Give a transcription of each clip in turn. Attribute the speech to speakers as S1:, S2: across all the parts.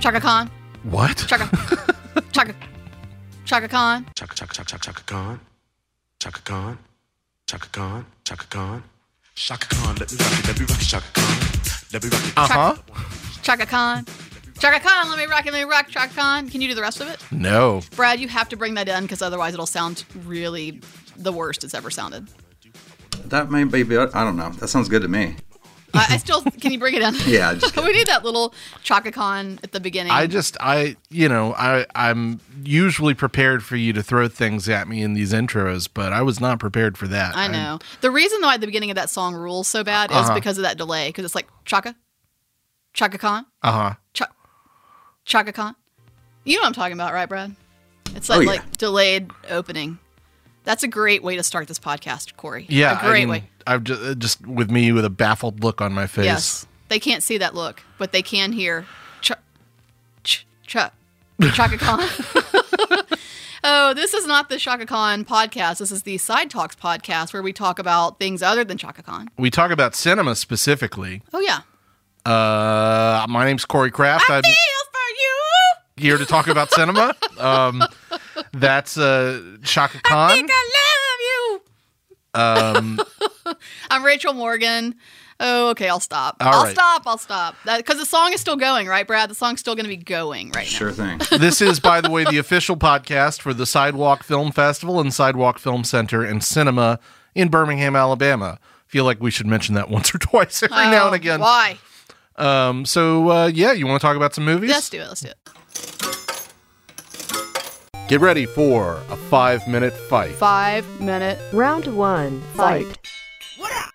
S1: Chaka Khan.
S2: What?
S1: Chaka. Chaka. Chaka Khan.
S3: Chaka Chaka Chaka Chaka Khan. Chaka Khan. Chaka Khan. Chaka Khan. Chaka Khan. Let me rock it. Let me rock it. Chaka Khan. Let me rock it.
S2: Uh huh.
S1: Chaka Khan. Chaka Khan. Let me rock it. Let me rock. Chaka Khan. Can you do the rest of it?
S2: No.
S1: Brad, you have to bring that in because otherwise it'll sound really the worst it's ever sounded.
S4: That may be, I don't know. That sounds good to me.
S1: I, I still can you bring it in?
S4: Yeah, just
S1: we need that little Chaka Khan at the beginning.
S2: I just I you know I I'm usually prepared for you to throw things at me in these intros, but I was not prepared for that.
S1: I know. the reason why the beginning of that song rules so bad is because of that delay. Because it's like Chaka, Chaka Khan,
S2: Uh huh.
S1: Cha- Chaka Khan. You know what I'm talking about, right, Brad? It's like
S4: Oh, yeah.
S1: like delayed opening. That's a great way to start this podcast, Corey.
S2: Yeah.
S1: a great
S2: and
S1: way.
S2: I've just, just with me with a baffled look on my face.
S1: Yes, they can't see that look, but they can hear ch ch ch Chaka Khan. oh, this is not the Chaka Khan podcast. This is the Side Talks podcast where we talk about things other than Chaka Khan.
S2: We talk about cinema specifically.
S1: Oh yeah,
S2: Uh, my name's Corey Kraft. I'm
S1: feel for you.
S2: here to talk about cinema. Um, that's uh, Shaka Khan.
S1: I love you. Um, I'm Rachel Morgan. Oh, okay. I'll stop.
S2: All
S1: I'll
S2: right.
S1: stop. I'll stop. Because the song is still going, right, Brad? The song's still going to be going right
S4: Sure thing.
S2: this is, by the way, the official podcast for the Sidewalk Film Festival and Sidewalk Film Center and Cinema in Birmingham, Alabama. Feel like we should mention that once or twice every
S1: now.
S2: now and
S1: Oh,
S2: again.
S1: Why?
S2: Um, so, uh, yeah, you want to talk about some movies?
S1: Let's do it. Let's do it.
S2: Get ready for a five minute fight.
S1: Five minute.
S5: Round one, fight.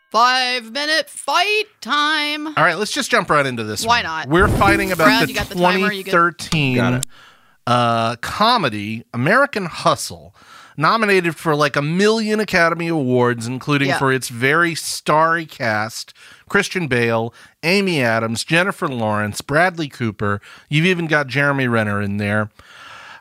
S1: Five minute fight time.
S2: All right, let's just jump right into this.
S1: Why
S2: one.
S1: not?
S2: We're fighting about
S1: Brad,
S2: the,
S1: you got the timer, you good?
S2: 2013
S4: Got it.
S2: uh, comedy American Hustle, nominated for like a million Academy Awards, including
S1: Yeah.
S2: for its very starry cast: Christian Bale, Amy Adams, Jennifer Lawrence, Bradley Cooper. You've even got Jeremy Renner in there.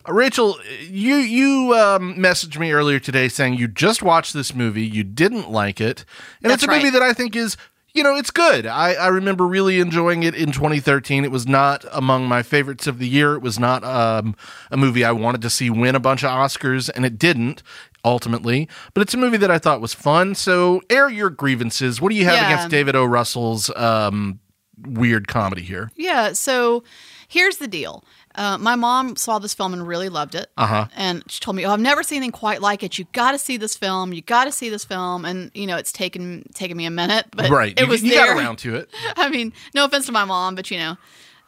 S2: Uh, Rachel, you you um, messaged me earlier today saying you just watched this movie, you didn't like it, and
S1: That's
S2: it's a movie
S1: right.
S2: that I think is you know it's good. I, I remember really enjoying it in 2013. It was not among my favorites of the year. It was not um, a movie I wanted to see win a bunch of Oscars, and it didn't ultimately. But it's a movie that I thought was fun. So air your grievances. What do you have
S1: Yeah.
S2: against David O. Russell's um, weird comedy here?
S1: Yeah. So here's the deal. Uh, my mom saw this film and really loved it. Uh
S2: Uh-huh.
S1: huh. And she told me, "Oh, I've never seen anything quite like it. You got to see this film. You got to see this film." And you know, it's taken taken me a minute, but
S2: right,
S1: it
S2: you,
S1: was
S2: you
S1: there.
S2: got around to it.
S1: I mean, no offense to my mom, but you know,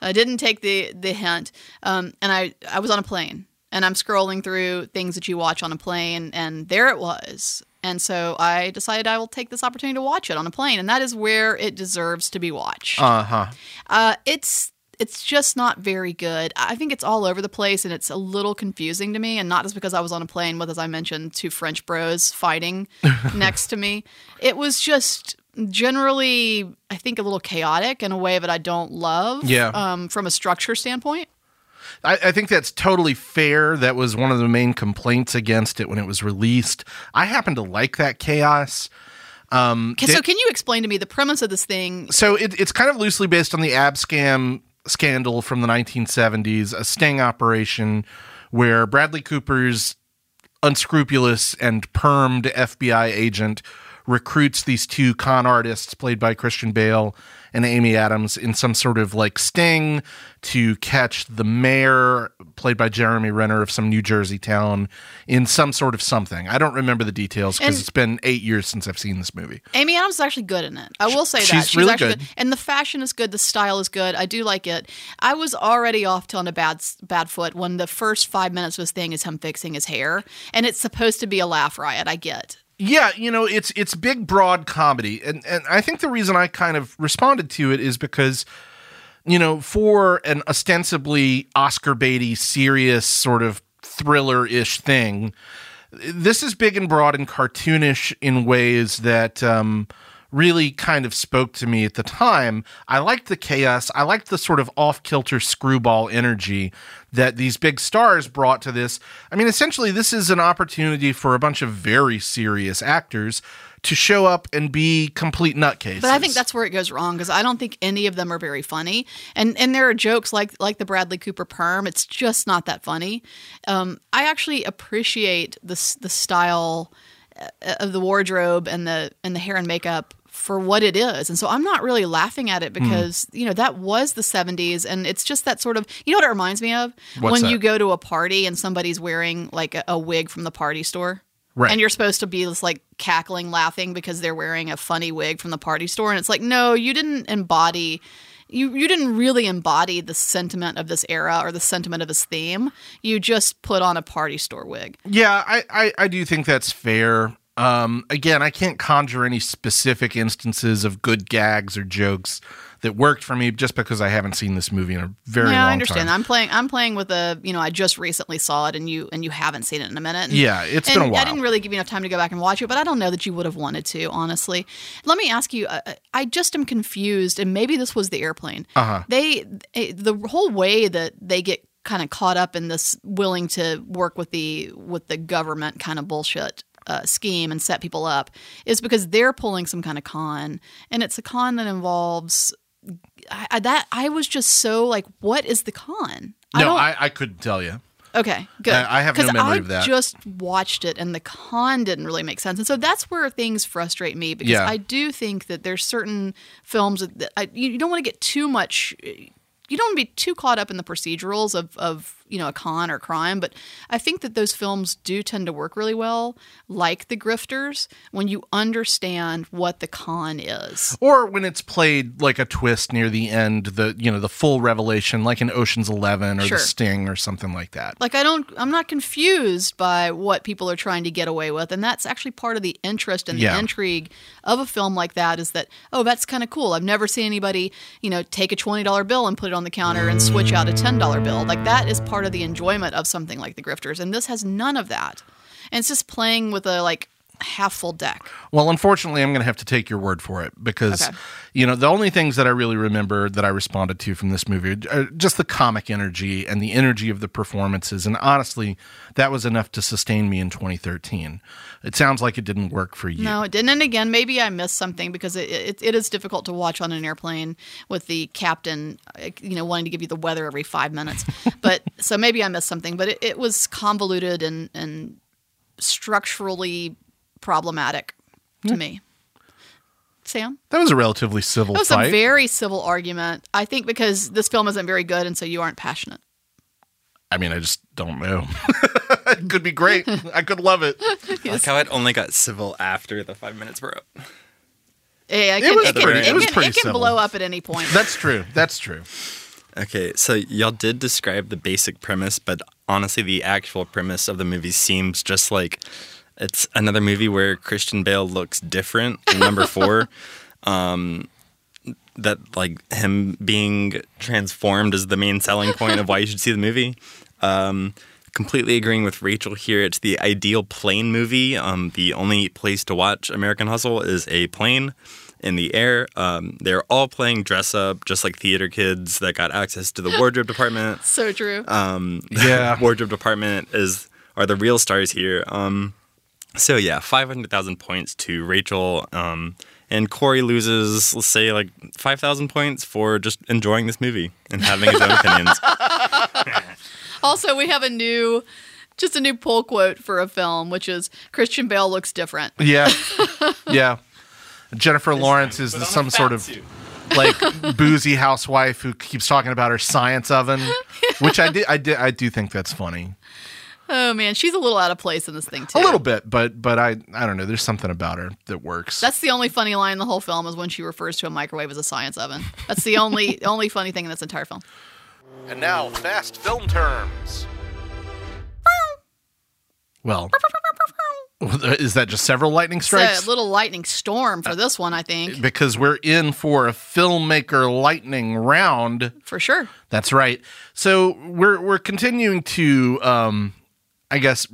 S1: I didn't take the the hint. Um, and I I was on a plane, and I'm scrolling through things that you watch on a plane, and there it was. And so I decided I will take this opportunity to watch it on a plane, and that is where it deserves to be watched.
S2: Uh huh.
S1: Uh, it's it's just not very good. I think it's all over the place and it's a little confusing to me. And not just because I was on a plane with, as I mentioned, two French bros fighting next to me. It was just generally, I think, a little chaotic in a way that I don't love.
S2: Yeah.
S1: Um, from a structure standpoint.
S2: I, I think that's totally fair. That was one of the main complaints against it when it was released. I happen to like that chaos.
S1: Ca- so, can you explain to me the premise of this thing?
S2: So it, it's kind of loosely based on the ab scam scandal from the 1970s, a sting operation where Bradley Cooper's unscrupulous and permed FBI agent recruits these two con artists played by Christian Bale and Amy Adams in some sort of like sting to catch the mayor played by Jeremy Renner of some New Jersey town in some sort of something. I don't remember the details
S1: And-
S2: because it's been 8 years since I've seen this movie.
S1: Amy Adams is actually good in it. I will say that
S2: she's really
S1: actually
S2: good.
S1: and the fashion is good. The style is good. I do like it. I was already off to on a bad bad foot when the first five minutes of this thing is him fixing his hair, and it's supposed to be a laugh riot. I get.
S2: Yeah, you know, it's it's big broad comedy. And and I think the reason I kind of responded to it is because you know, for an ostensibly Oscar baity serious sort of thriller-ish thing, this is big and broad and cartoonish in ways that um really kind of spoke to me at the time. I liked the chaos. I liked the sort of off kilter screwball energy that these big stars brought to this. I mean, essentially, this is an opportunity for a bunch of very serious actors to show up and be complete nutcases.
S1: But I think that's where it goes wrong because I don't think any of them are very funny. And and there are jokes like like the Bradley Cooper perm. It's just not that funny. Um, I actually appreciate the s- the style uh, of the wardrobe and the and the hair and makeup for what it is. And so I'm not really laughing at it
S2: Hmm.
S1: because you know that was the 70s and it's just that sort of you know what it reminds me of
S2: What's
S1: when
S2: that?
S1: you go to a party and somebody's wearing like a, a wig from the party store.
S2: Right.
S1: And you're supposed to be just like cackling, laughing because they're wearing a funny wig from the party store. And it's like, no, you didn't embody, you, you didn't really embody the sentiment of this era or the sentiment of this theme. You just put on a party store wig.
S2: Yeah, I, I, I do think that's fair. Um, again, I can't conjure any specific instances of good gags or jokes that worked for me just because I haven't seen this movie in a very long
S1: yeah,
S2: time.
S1: I understand. I'm playing, I'm playing with a, you know, I just recently saw it and you, and you haven't seen it in a minute. And-
S2: Yeah, it's
S1: and
S2: been a while.
S1: I didn't really give you enough time to go back and watch it, but I don't know that you would have wanted to, honestly. Let me ask you. uh, uh, I just am confused, and maybe this was the airplane. Uh-huh. They eh, the whole way that they get kind of caught up in this willing to work with the with the government kind of bullshit. Uh, scheme and set people up is because they're pulling some kind of con, and it's a con that involves I, I, that. I was just so like, what is the con? I
S2: no,
S1: don't
S2: I, I couldn't tell you.
S1: Okay, good.
S2: I- I have no
S1: 'Cause
S2: memory
S1: I
S2: of that.
S1: Just watched it, and the con didn't really make sense, and so that's where things frustrate me because
S2: Yeah.
S1: I do think that there's certain films that I, you you don't want to get too much. You don't want to be too caught up in the procedurals of, of you know a con or crime, but I think that those films do tend to work really well, like The Grifters, when you understand what the con is.
S2: Or when it's played like a twist near the end, the you know the full revelation, like in Ocean's Eleven or
S1: Sure.
S2: The Sting or something like that.
S1: like i don't i'm not confused by what people are trying to get away with and that's actually part of the interest and the
S2: Yeah.
S1: intrigue of a film like that is that oh that's kind of cool i've never seen anybody you know take a $20 bill and put it on the counter and switch out a $10 bill like that is part of the enjoyment of something like the grifters and this has none of that and it's just playing with a like half full deck
S2: Well, unfortunately, I'm going to have to take your word for it because,
S1: Okay.
S2: you know, the only things that I really remember that I responded to from this movie are just the comic energy and the energy of the performances. And honestly, that was enough to sustain me in 2013. It sounds like it didn't work for you.
S1: No, it didn't. And again, maybe I missed something because it, it, it is difficult to watch on an airplane with the captain, uh, you know, wanting to give you the weather every five minutes. but so maybe I missed something, but it, it was convoluted and, and structurally problematic to me. Sam?
S2: That was a relatively civil
S1: That was
S2: fight.
S1: a very civil argument. I think because this film isn't very good and so you aren't passionate.
S2: I mean, I just don't know. it could be great. I could love it.
S6: I like how it only got civil after the five minutes were up.
S1: Yeah, it,
S2: was
S1: can,
S6: pretty-
S1: can,
S6: it was
S1: can,
S2: pretty
S1: it can
S2: civil.
S1: blow up at any point.
S2: That's true. That's true.
S6: Okay, so y'all did describe the basic premise, but honestly, the actual premise of the movie seems just like it's another movie where Christian Bale looks different. in Number four, um, that like him being transformed is the main selling point of why you should see the movie. Um, completely agreeing with Rachel here. It's the ideal plane movie. Um, the only place to watch American Hustle is a plane in the air. Um, they're all playing dress up, just like theater kids that got access to the wardrobe department.
S1: so true.
S2: Yeah.
S6: wardrobe department is are the real stars here. Um, so yeah, five hundred thousand points to Rachel. Um, and Corey loses, let's say, like five thousand points for just enjoying this movie and having his own opinions.
S1: Also, we have a new, just a new poll quote for a film, which is Christian Bale looks different.
S2: Yeah. Yeah. Jennifer Lawrence is some sort of like boozy housewife who keeps talking about her science oven, which I did I did I do think that's funny.
S1: Oh man, she's a little out of place in this thing too.
S2: A little bit, but but I I don't know, there's something about her that works.
S1: That's the only funny line in the whole film is when she refers to a microwave as a science oven. That's the only only funny thing in this entire film.
S2: and now fast film terms. Well, is that just several lightning strikes?
S1: So, a little lightning storm for this one, I think,
S2: because we're in for a filmmaker lightning round.
S1: for sure.
S2: That's right. So we're we're continuing to, um, I guess,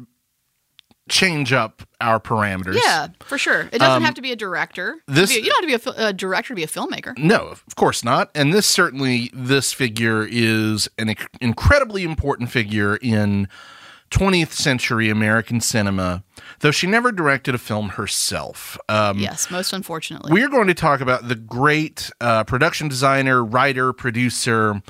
S2: change up our parameters.
S1: Yeah, for sure. It doesn't have to be a director.
S2: Um, this- Mm.
S1: you don't have to be a, fil- a director to be a filmmaker.
S2: No, of course not. And this certainly, this figure is an inc- incredibly important figure in 20th century American cinema, though she never directed a film herself. Um,
S1: Yes, most unfortunately.
S2: we are going to talk about the great uh, production designer, writer, producer,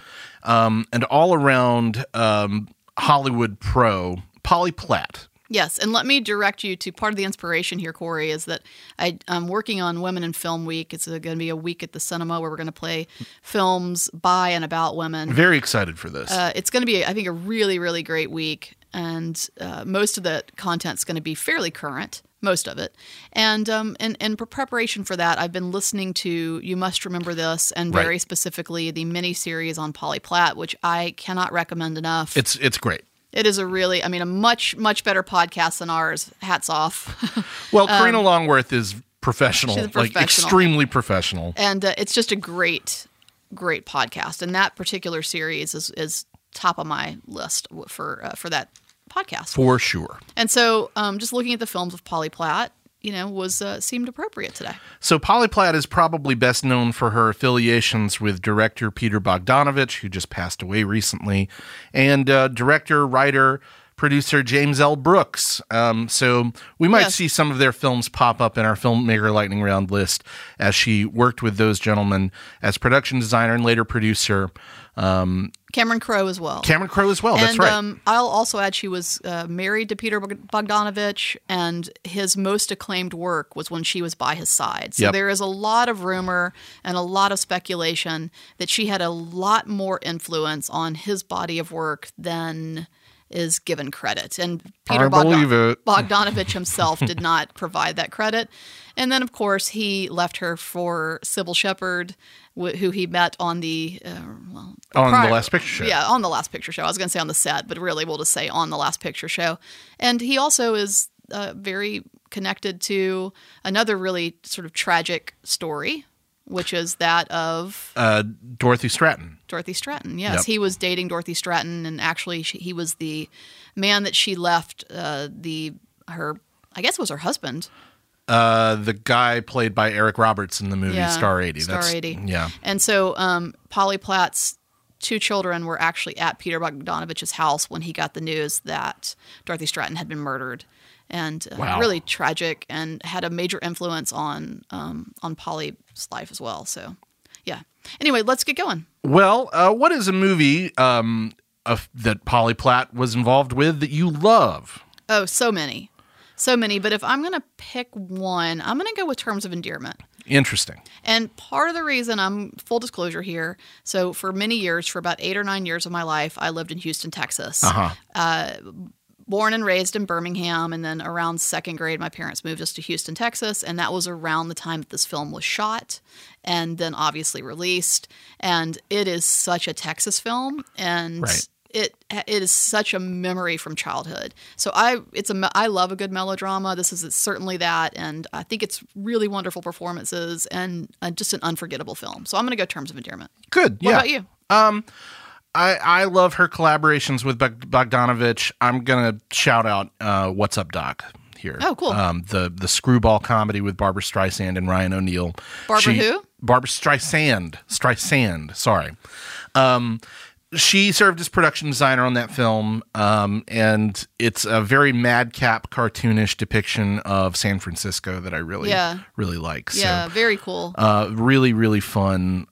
S2: um, and all around um, Hollywood pro, Polly Platt.
S1: Yes, and let me direct you to part of the inspiration here, Corey, is that I, I'm working on Women in Film Week. It's going to be a week at the cinema where we're going to play films by and about women.
S2: Very excited for this.
S1: Uh, it's going to be, I think, a really, really great week, and uh, most of the content's going to be fairly current. Most of it, and um, and and for preparation for that, I've been listening to "You Must Remember This" and very
S2: Right.
S1: specifically the miniseries on Polly Platt, which I cannot recommend enough.
S2: it's it's great.
S1: It is a really, I mean, a much, much better podcast than ours. Hats off.
S2: Well, Karina Longworth is professional,
S1: um, she's a
S2: like
S1: professional.
S2: extremely professional.
S1: and uh, it's just a great, great podcast. And that particular series is, is top of my list w- for, uh, for that podcast.
S2: For sure.
S1: And so um, just looking at the films of Polly Platt, you know, was uh, seemed appropriate today.
S2: So Polly Platt is probably best known for her affiliations with director Peter Bogdanovich, who just passed away recently, and uh, director, writer, producer James L. Brooks. Um, so we might
S1: Yes.
S2: see some of their films pop up in our filmmaker lightning round list as she worked with those gentlemen as production designer and later producer.
S1: Cameron Crowe as well.
S2: Cameron Crowe as well. Oh, that's
S1: and
S2: right.
S1: um, I'll also add she was uh, married to Peter Bog- Bogdanovich, and his most acclaimed work was when she was by his side. So
S2: Yep.
S1: there is a lot of rumor and a lot of speculation that she had a lot more influence on his body of work than is given credit. And Peter
S2: I believe it.
S1: Bogdanovich himself did not provide that credit. And then, of course, he left her for Sybil Shepherd, wh- who he met on the uh, well,
S2: On the
S1: prior-
S2: Last Picture Show.
S1: Yeah, on the Last Picture Show. I was going to say on the set, but really we'll just say on the Last Picture Show. And he also is uh, very connected to another really sort of tragic story, which is that of
S2: uh, Dorothy Stratton.
S1: Dorothy Stratton. Yes,
S2: Yep.
S1: he was dating Dorothy Stratton, and actually she, he was the man that she left uh, the her. I guess it was her husband.
S2: Uh, the guy played by Eric Roberts in the movie
S1: Yeah,
S2: Star 80.
S1: Star
S2: That's-
S1: 80.
S2: Yeah.
S1: And so um, Polly Platt's two children were actually at Peter Bogdanovich's house when he got the news that Dorothy Stratton had been murdered. And uh,
S2: Wow.
S1: really tragic and had a major influence on um, on Polly's life as well. So, yeah. Anyway, let's get going.
S2: Well, uh, what is a movie um, of, that Polly Platt was involved with that you love?
S1: Oh, so many. So many. But if I'm going to pick one, I'm going to go with Terms of Endearment.
S2: Interesting.
S1: And part of the reason I'm full disclosure here so, for many years, for about eight or nine years of my life, I lived in Houston, Texas.
S2: Uh-huh.
S1: Born and raised in Birmingham. And then around second grade, my parents moved us to Houston, Texas. And that was around the time that this film was shot and then obviously released. And it is such a Texas film. And.
S2: Right.
S1: It, it is such a memory from childhood. So I it's a me- I love a good melodrama. This is certainly that, and I think it's really wonderful performances and uh, just an unforgettable film. So I'm going to go Terms of Endearment.
S2: Good.
S1: What
S2: yeah.
S1: about you?
S2: I, I love her collaborations with Bog- Bogdanovich. I'm gonna shout out uh, "What's Up, Doc." Here.
S1: Oh, cool.
S2: Um, the the screwball comedy with Barbara Streisand and Ryan O'Neal.
S1: Barbara who?
S2: Barbara Streisand. Streisand. Sorry. Um, she served as production designer on that film, um, and it's a very madcap, cartoonish depiction of San Francisco that I really,
S1: Yeah.
S2: really like.
S1: Yeah,
S2: So,
S1: very cool.
S2: uh, really, really fun,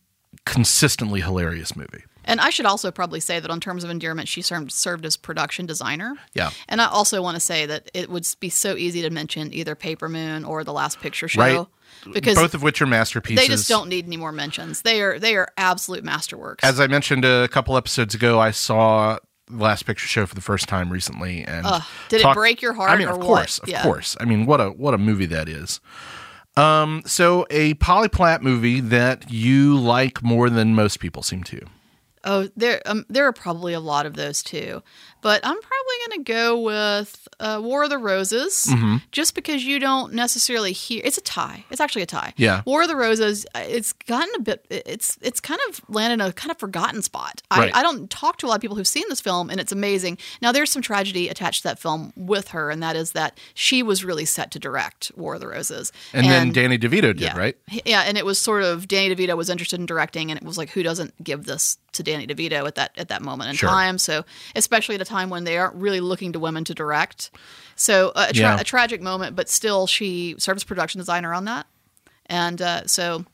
S2: consistently hilarious movie.
S1: And I should also probably say that on terms of endearment, she served, served as production designer.
S2: Yeah.
S1: And I also want to say that it would be so easy to mention either Paper Moon or The Last Picture Show
S2: Right.
S1: because
S2: both of which are masterpieces.
S1: they just don't need any more mentions. They are they are absolute masterworks.
S2: As I mentioned a couple episodes ago, I saw the Last Picture Show for the first time recently, and
S1: did it break your heart
S2: I mean,
S1: or
S2: of
S1: what?
S2: course, of
S1: Yeah.
S2: course. I mean, what a what a movie that is. Um, so a Polly Platt movie that you like more than most people seem to.
S1: Oh, there um, there are probably a lot of those too, but I'm probably going to go with uh, War of the Roses,
S2: Mm-hmm.
S1: just because you don't necessarily hear. It's a tie. It's actually a tie.
S2: Yeah.
S1: War of the Roses. uh, It's gotten a bit. It's it's kind of landed in a kind of forgotten spot.
S2: Right.
S1: I, I don't talk to a lot of people who've seen this film, and it's amazing. Now there's some tragedy attached to that film with her, and that is that she was really set to direct War of the Roses,
S2: And, then Danny DeVito did,
S1: yeah.
S2: right?
S1: H- Yeah, and it was sort of Danny DeVito was interested in directing, and it was like, who doesn't give this to Danny DeVito at that at that moment in
S2: Sure.
S1: time? So, especially at a time when they aren't really looking to women to direct, so uh, a, tra-
S2: Yeah.
S1: a tragic moment, but still, she served as production designer on that, and uh, so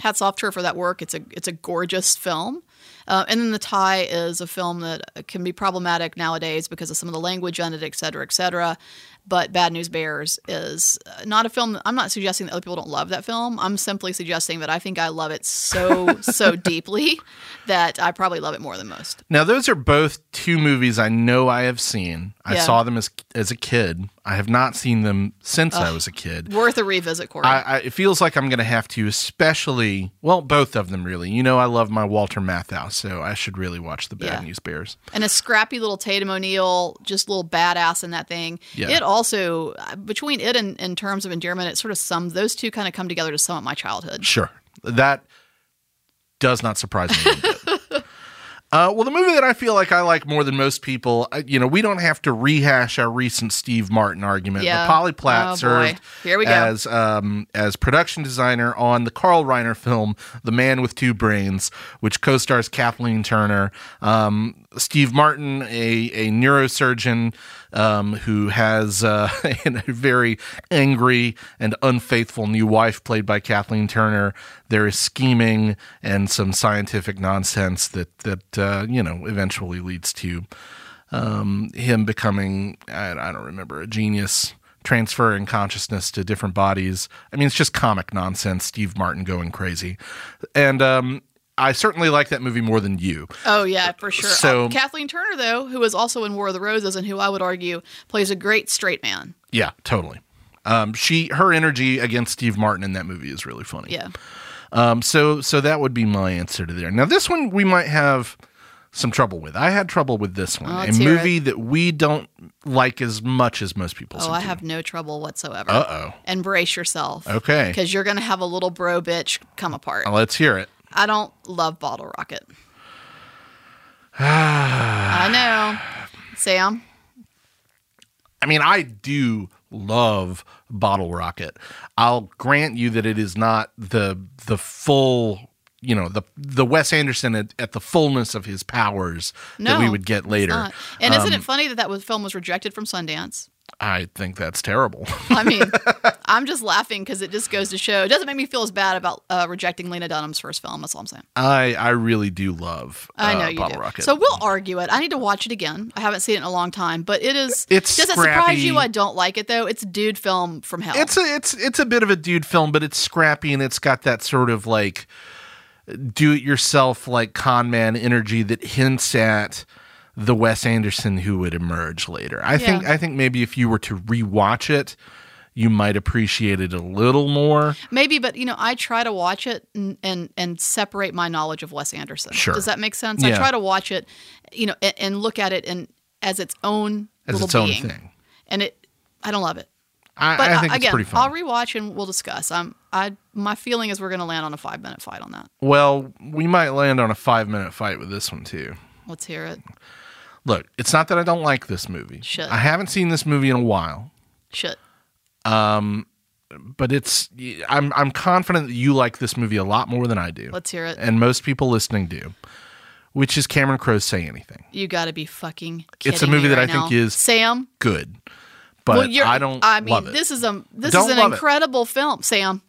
S1: hats off to her for that work. It's a it's a gorgeous film. Uh, and then the tie is a film that can be problematic nowadays because of some of the language on it, et cetera, et cetera. But Bad News Bears is uh, not a film. I'm not suggesting that other people don't love that film. I'm simply suggesting that I think I love it so so deeply that I probably love it more than most.
S2: Now, those are both two movies I know I have seen. I
S1: Yeah.
S2: saw them as as a kid. I have not seen them since I was a kid.
S1: Worth a revisit, Corey.
S2: I, I, it feels like I'm going to have to, especially well, both of them really. You know, I love my Walter Matthau, so I should really watch the Bad
S1: Yeah.
S2: News Bears.
S1: and a scrappy little Tatum O'Neill, just little badass in that thing.
S2: Yeah.
S1: It also between it and in terms of endearment, it sort of sums those two kind of come together to sum up my childhood.
S2: Sure, that does not surprise me. one bit. Uh, well, the movie that I feel like I like more than most people, uh, you know, we don't have to rehash our recent Steve Martin argument.
S1: Yeah.
S2: But Polly Platt
S1: Oh, boy.
S2: served
S1: Here we go.
S2: as um, as production designer on the Carl Reiner film "The Man with Two Brains," which co-stars Kathleen Turner. Um, Steve Martin, a a neurosurgeon um, who has uh, a very angry and unfaithful new wife, played by Kathleen Turner. There is scheming and some scientific nonsense that that uh, you know eventually leads to him becoming I, I don't remember a genius transferring consciousness to different bodies i mean it's just comic nonsense steve martin going crazy and um i certainly like that movie more than you
S1: Oh yeah, for sure.
S2: So-
S1: Uh, Kathleen Turner, though, who is also in War of the Roses and who I would argue plays a great straight man.
S2: yeah totally um she her energy against steve martin in that movie is really funny
S1: Yeah,
S2: um so so that would be my answer to there now this one we might have some trouble with i had trouble with this one. a
S1: Oh, let's hear it.
S2: movie that we don't like as much as most people seem
S1: Oh, I
S2: to.
S1: have no trouble whatsoever. Uh oh. And brace yourself.
S2: Okay.
S1: Because you're going to have a little bro bitch come apart.
S2: let's hear it
S1: I don't love Bottle Rocket. I know. Sam?
S2: I mean, I do love Bottle Rocket. I'll grant you that it is not the the full, you know, the the Wes Anderson at, at the fullness of his powers that we
S1: No,
S2: would get later.
S1: Uh, and isn't
S2: Um,
S1: it funny that that was, film was rejected from Sundance?
S2: I think that's terrible.
S1: I mean, I'm just laughing because it just goes to show. It doesn't make me feel as bad about uh, rejecting Lena Dunham's first film. That's all I'm saying.
S2: I I really do love uh,
S1: I know you
S2: Bottle
S1: do.
S2: Rocket.
S1: So we'll argue it. I need to watch it again. I haven't seen it in a long time, but it is.
S2: It's
S1: does it surprise
S2: scrappy.
S1: you? I don't like it though. It's dude film from hell.
S2: it's a it's it's a bit of a dude film, but it's scrappy and it's got that sort of like do it yourself like con man energy that hints at the Wes Anderson who would emerge later. I think
S1: Yeah.
S2: I think maybe if you were to rewatch it, you might appreciate it a little more.
S1: Maybe, but you know, I try to watch it and and, and separate my knowledge of Wes Anderson.
S2: Sure.
S1: Does that make sense?
S2: Yeah.
S1: I try to watch it, you know, and, and look at it and as its own
S2: As
S1: little
S2: its own
S1: being.
S2: thing.
S1: And it, I don't love it.
S2: I,
S1: But
S2: I
S1: uh,
S2: think
S1: again,
S2: it's pretty fun.
S1: I'll rewatch and we'll discuss. I'm I my feeling is we're going to land on a five minute fight on that.
S2: well, we might land on a five minute fight with this one too.
S1: Let's hear it.
S2: Look, it's not that I don't like this movie.
S1: Shit.
S2: I haven't seen this movie in a while.
S1: Shit.
S2: but it's I'm I'm confident that you like this movie a lot more than I do.
S1: Let's hear it.
S2: And most people listening do, which is Cameron Crowe's "Say Anything."
S1: You got to be fucking.
S2: It's a
S1: kidding
S2: movie
S1: me
S2: that
S1: right
S2: I think
S1: now.
S2: is-
S1: Sam.
S2: Good, but
S1: well, you're,
S2: I don't.
S1: I mean,
S2: love it.
S1: this is a this
S2: Don't
S1: is an
S2: love it.
S1: incredible film, Sam.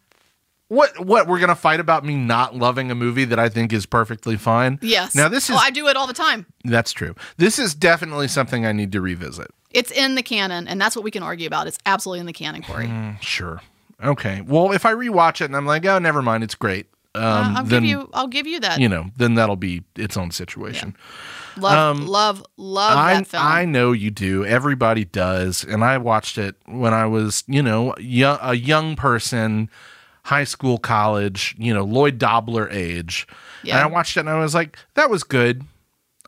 S2: what what we're gonna fight about me not loving a movie that I think is perfectly fine.
S1: Yes.
S2: Now this is
S1: Oh, I do it all the time.
S2: that's true. This is definitely something I need to revisit.
S1: It's in the canon, and that's what we can argue about. It's absolutely in the canon, Corey.
S2: Hmm. Mm, Sure. Okay. Well, if I rewatch it and I'm like, oh, never mind, it's great.
S1: I-
S2: Um,
S1: Uh, I'll
S2: then
S1: give you. I'll give you that.
S2: you know, then that'll be its own situation.
S1: love, love, love
S2: um, I,
S1: that film.
S2: I know you do. Everybody does. And I watched it when I was, you know, yo- a young person high school, college, you know, Lloyd Dobler age.
S1: Yeah.
S2: And I watched it and I was like, that was good.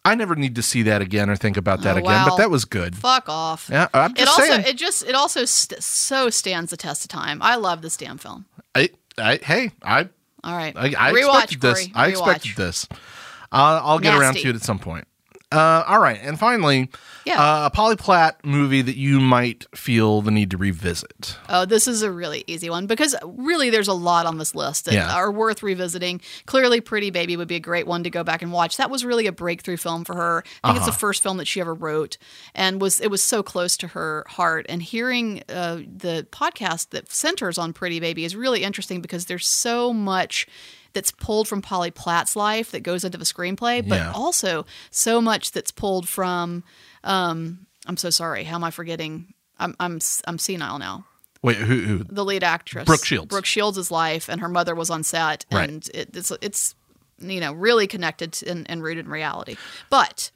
S2: I never need to see that again or think about that
S1: Oh,
S2: again, but
S1: wow.
S2: that was good.
S1: Fuck off.
S2: Yeah, I'm
S1: It
S2: just
S1: also
S2: saying.
S1: it just it also st- so stands the test of time. I love this damn film.
S2: I, I, hey, I,
S1: All right,
S2: I, I
S1: rewatch
S2: expected this.
S1: Corey. Rewatch.
S2: I expected this. I'll I'll get around
S1: Nasty.
S2: to it at some point. Uh, all right, and finally,
S1: Yeah.
S2: uh, a polyplat movie that you might feel the need to revisit.
S1: Oh, this is a really easy one because really there's a lot on this list that
S2: Yeah.
S1: are worth revisiting. Clearly, Pretty Baby would be a great one to go back and watch. That was really a breakthrough film for her. I think it's
S2: Uh-huh.
S1: the first film that she ever wrote, and was it was so close to her heart. And hearing uh, the podcast that centers on Pretty Baby is really interesting because there's so much that's pulled from Polly Platt's life that goes into the screenplay, but
S2: Yeah.
S1: also so much that's pulled from. Um, I'm so sorry. How am I forgetting? I'm I'm I'm senile now
S2: Wait, who? who
S1: the lead actress
S2: Brooke Shields.
S1: Brooke Shields' life, and her mother was on set,
S2: Right.
S1: and it, it's it's you know really connected to- and, and rooted in reality. But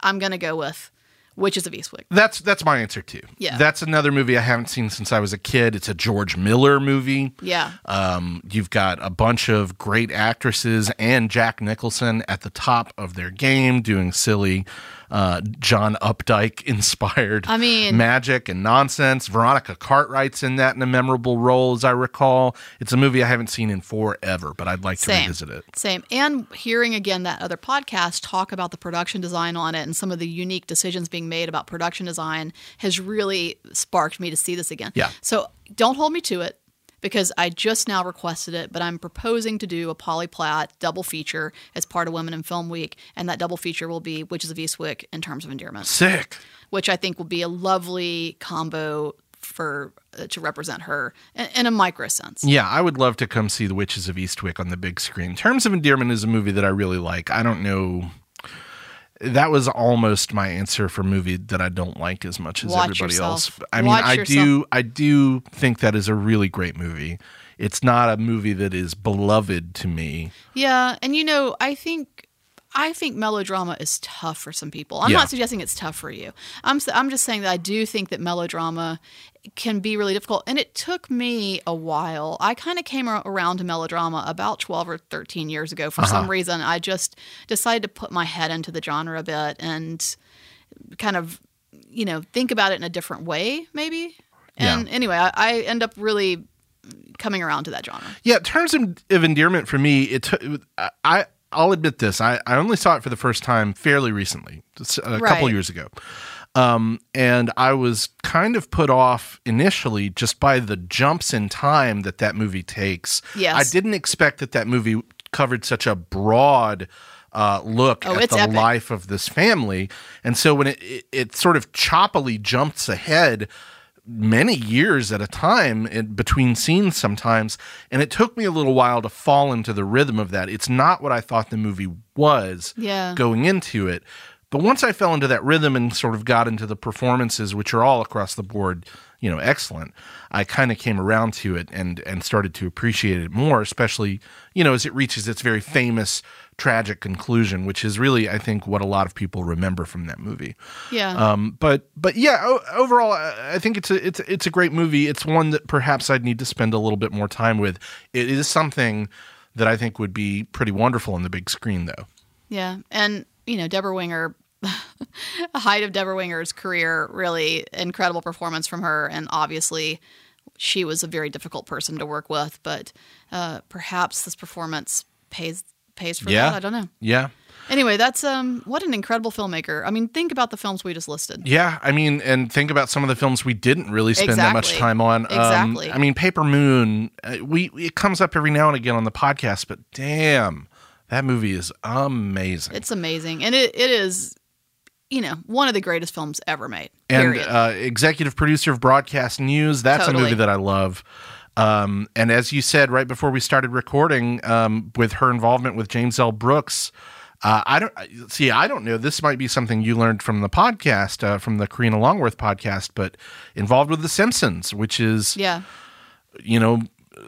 S1: I'm gonna go with Witches of Eastwick.
S2: that's that's my answer too.
S1: Yeah.
S2: that's another movie I haven't seen since I was a kid. It's a George Miller movie.
S1: Yeah,
S2: Um, you've got a bunch of great actresses and Jack Nicholson at the top of their game doing silly uh, John Updike inspired
S1: I mean-
S2: magic and nonsense. Veronica Cartwright's in that in a memorable role, as I recall. It's a movie I haven't seen in forever, but I'd like to
S1: same.
S2: revisit it.
S1: Same. And hearing again that other podcast talk about the production design on it and some of the unique decisions being made about production design has really sparked me to see this again.
S2: Yeah.
S1: So don't hold me to it because I just now requested it, but I'm proposing to do a polyplat double feature as part of Women in Film Week. And that double feature will be Witches of Eastwick and Terms of Endearment,
S2: Sick.
S1: which I think will be a lovely combo for uh, to represent her in, in a micro sense.
S2: Yeah, I would love to come see The Witches of Eastwick on the big screen. Terms of Endearment is a movie that I really like. I don't know. That was almost my answer for movie that I don't like as much as
S1: Watch
S2: everybody
S1: yourself.
S2: else. I mean,
S1: Watch
S2: I do
S1: yourself.
S2: I do think that is a really great movie. It's not a movie that is beloved to me.
S1: Yeah, and you know, I think I think melodrama is tough for some people. I'm
S2: Yeah.
S1: not suggesting it's tough for you. I'm s- I'm just saying that I do think that melodrama can be really difficult, and it took me a while. I kind of came ar- around to melodrama about 12 or 13 years ago. For
S2: Uh-huh.
S1: some reason, I just decided to put my head into the genre a bit and kind of you know think about it in a different way, maybe.
S2: Yeah.
S1: And anyway, I, I end up really coming around to that genre.
S2: Yeah, terms of, of endearment for me, it took. I- I I'll admit this. I I only saw it for the first time fairly recently, just a couple
S1: Right.
S2: years ago. Um, and I was kind of put off initially just by the jumps in time that that movie takes.
S1: Yes.
S2: I didn't expect that that movie covered such a broad uh, look
S1: Oh,
S2: at
S1: it's
S2: the
S1: epic.
S2: life of this family. And so when it, it, it sort of choppily jumps ahead many years at a time in between scenes sometimes, and it took me a little while to fall into the rhythm of that. It's not what I thought the movie was
S1: Yeah.
S2: going into it. But once I fell into that rhythm and sort of got into the performances, which are all across the board, you know, excellent, I kind of came around to it and and started to appreciate it more, especially, you know, as it reaches its very famous tragic conclusion, which is really, I think, what a lot of people remember from that movie.
S1: Yeah.
S2: Um, but but yeah, o- overall, I I think it's a it's it's a great movie. It's one that perhaps I'd need to spend a little bit more time with. It is something that I think would be pretty wonderful on the big screen, though.
S1: Yeah, and you know Deborah Winger, the height of Deborah Winger's career, really incredible performance from her, and obviously she was a very difficult person to work with, but uh, perhaps this performance pays pays for
S2: Yeah.
S1: that. I don't know.
S2: Yeah,
S1: Anyway, that's um what an incredible filmmaker. I mean, think about the films we just listed.
S2: yeah. I mean, and think about some of the films we didn't really spend that much
S1: Exactly.
S2: time on. Um,
S1: Exactly.
S2: I mean, Paper Moon. uh, We it comes up every now and again on the podcast, but damn, that movie is amazing.
S1: It's amazing, and it, it is, you know, one of the greatest films ever made.
S2: and
S1: period.
S2: uh, executive producer of Broadcast News. That's a
S1: Totally.
S2: movie that I love. Um, and as you said right before we started recording, um, with her involvement with James L. Brooks, uh, I don't I- see. I don't know. This might be something you learned from the podcast, uh, from the Karina Longworth podcast, but involved with The Simpsons, which is
S1: yeah,
S2: you know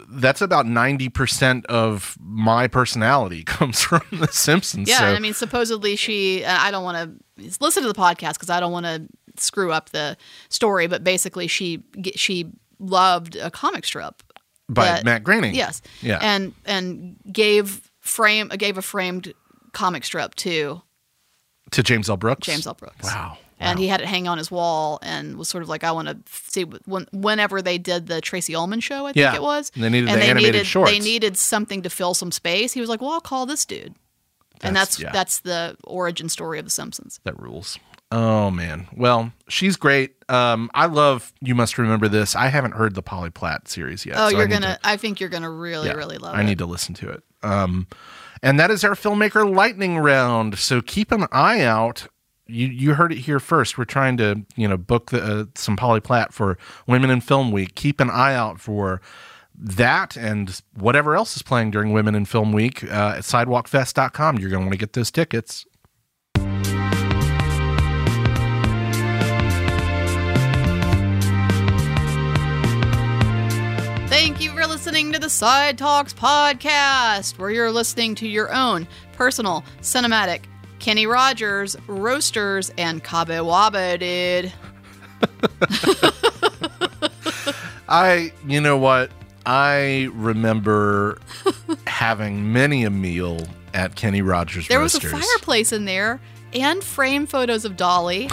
S2: that's about ninety percent of my personality comes from The Simpsons.
S1: Yeah,
S2: so.
S1: and I mean, supposedly she. and I don't want to listen to the podcast because I don't want to screw up the story. But basically, she ge- she loved a comic strip
S2: by
S1: that-
S2: Matt Groening.
S1: Yes.
S2: Yeah.
S1: And and gave frame gave a framed comic strip to
S2: to James L. Brooks.
S1: James L. Brooks.
S2: Wow.
S1: And he had it hang on his wall and was sort of like, I want to see when, whenever they did the Tracy Ullman show, I think
S2: Yeah.
S1: it was.
S2: And they needed the animated
S1: needed,
S2: shorts.
S1: They needed something to fill some space. He was like, well, I'll call this dude. and
S2: That's-
S1: that's
S2: yeah.
S1: that's the origin story of The Simpsons.
S2: That rules. Oh man. Well, she's great. Um, I love You Must Remember This. I haven't heard the Polly Platt series yet.
S1: Oh,
S2: so I
S1: you're
S2: need
S1: gonna.
S2: to-
S1: I think you're gonna really,
S2: yeah,
S1: really love
S2: I
S1: it.
S2: need to listen to it. Um, and that is our filmmaker lightning round. So keep an eye out. You you heard it here first. We're trying to you know book the, uh, some Polly Platt for Women in Film Week. Keep an eye out for that and whatever else is playing during Women in Film Week uh, at SidewalkFest.com. You're going to want to get those tickets.
S1: Thank you for listening to the Side Talks podcast, where you're listening to your own personal cinematic Kenny Rogers roasters and Cabo Wabo dude.
S2: I, you know what? I remember having many a meal at Kenny Rogers
S1: There was a
S2: Roasters.
S1: fireplace in there and frame photos of Dolly.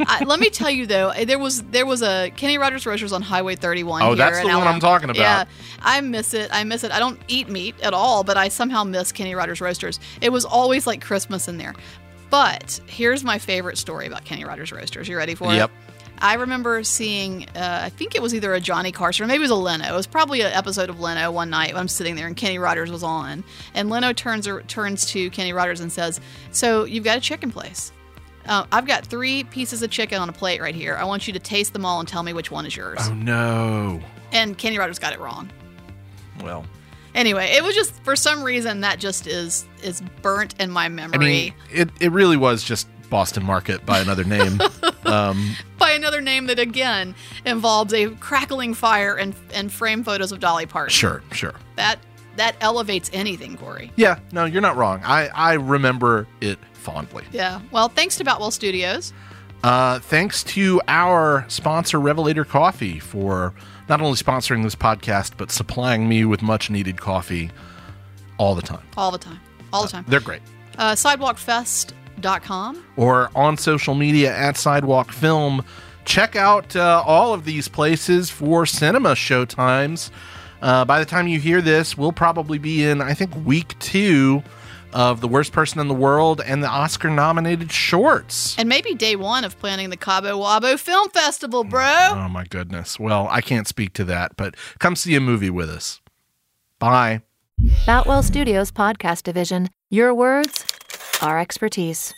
S1: I, let me tell you though, there was there was a Kenny Rogers Roasters on Highway 31.
S2: Oh,
S1: here
S2: that's
S1: in
S2: the one I'm
S1: Alabama.
S2: talking about.
S1: Yeah, I miss it. I miss it. I don't eat meat at all, but I somehow miss Kenny Rogers Roasters. It was always like Christmas in there. But here's my favorite story about Kenny Rogers Roasters. You ready for it?
S2: Yep.
S1: I remember seeing, uh, I think it was either a Johnny Carson or maybe it was a Leno. It was probably an episode of Leno one night when I'm sitting there and Kenny Rogers was on. And Leno turns, er, turns to Kenny Rogers and says, So you've got a chicken place. Uh, I've got three pieces of chicken on a plate right here. I want you to taste them all and tell me which one is yours.
S2: Oh no.
S1: And Kenny Rogers got it wrong.
S2: Well,
S1: Anyway, it was just for some reason that just is is burnt in my
S2: I
S1: memory
S2: mean, it, it really was just Boston Market by another name. um,
S1: by another name that again involves a crackling fire and and frame photos of Dolly Parton.
S2: sure, sure.
S1: That that elevates anything, Corey.
S2: Yeah, no, you're not wrong. I, I remember it fondly.
S1: Yeah. Well, thanks to Batwell Studios.
S2: Uh, thanks to our sponsor, Revelator Coffee, for not only sponsoring this podcast, but supplying me with much needed coffee all the time.
S1: All the time. All the time.
S2: They're great.
S1: Uh, sidewalkfest.com.
S2: or on social media at Sidewalk Film. Check out uh, all of these places for cinema showtimes. Uh, by the time you hear this, we'll probably be in, I think, week two of The Worst Person in the World and the Oscar nominated shorts.
S1: And maybe day one of planning the Cabo Wabo Film Festival, bro.
S2: Oh my goodness. Well, I can't speak to that, but come see a movie with us. Bye.
S5: Batwell Studios Podcast Division. Your words, our expertise.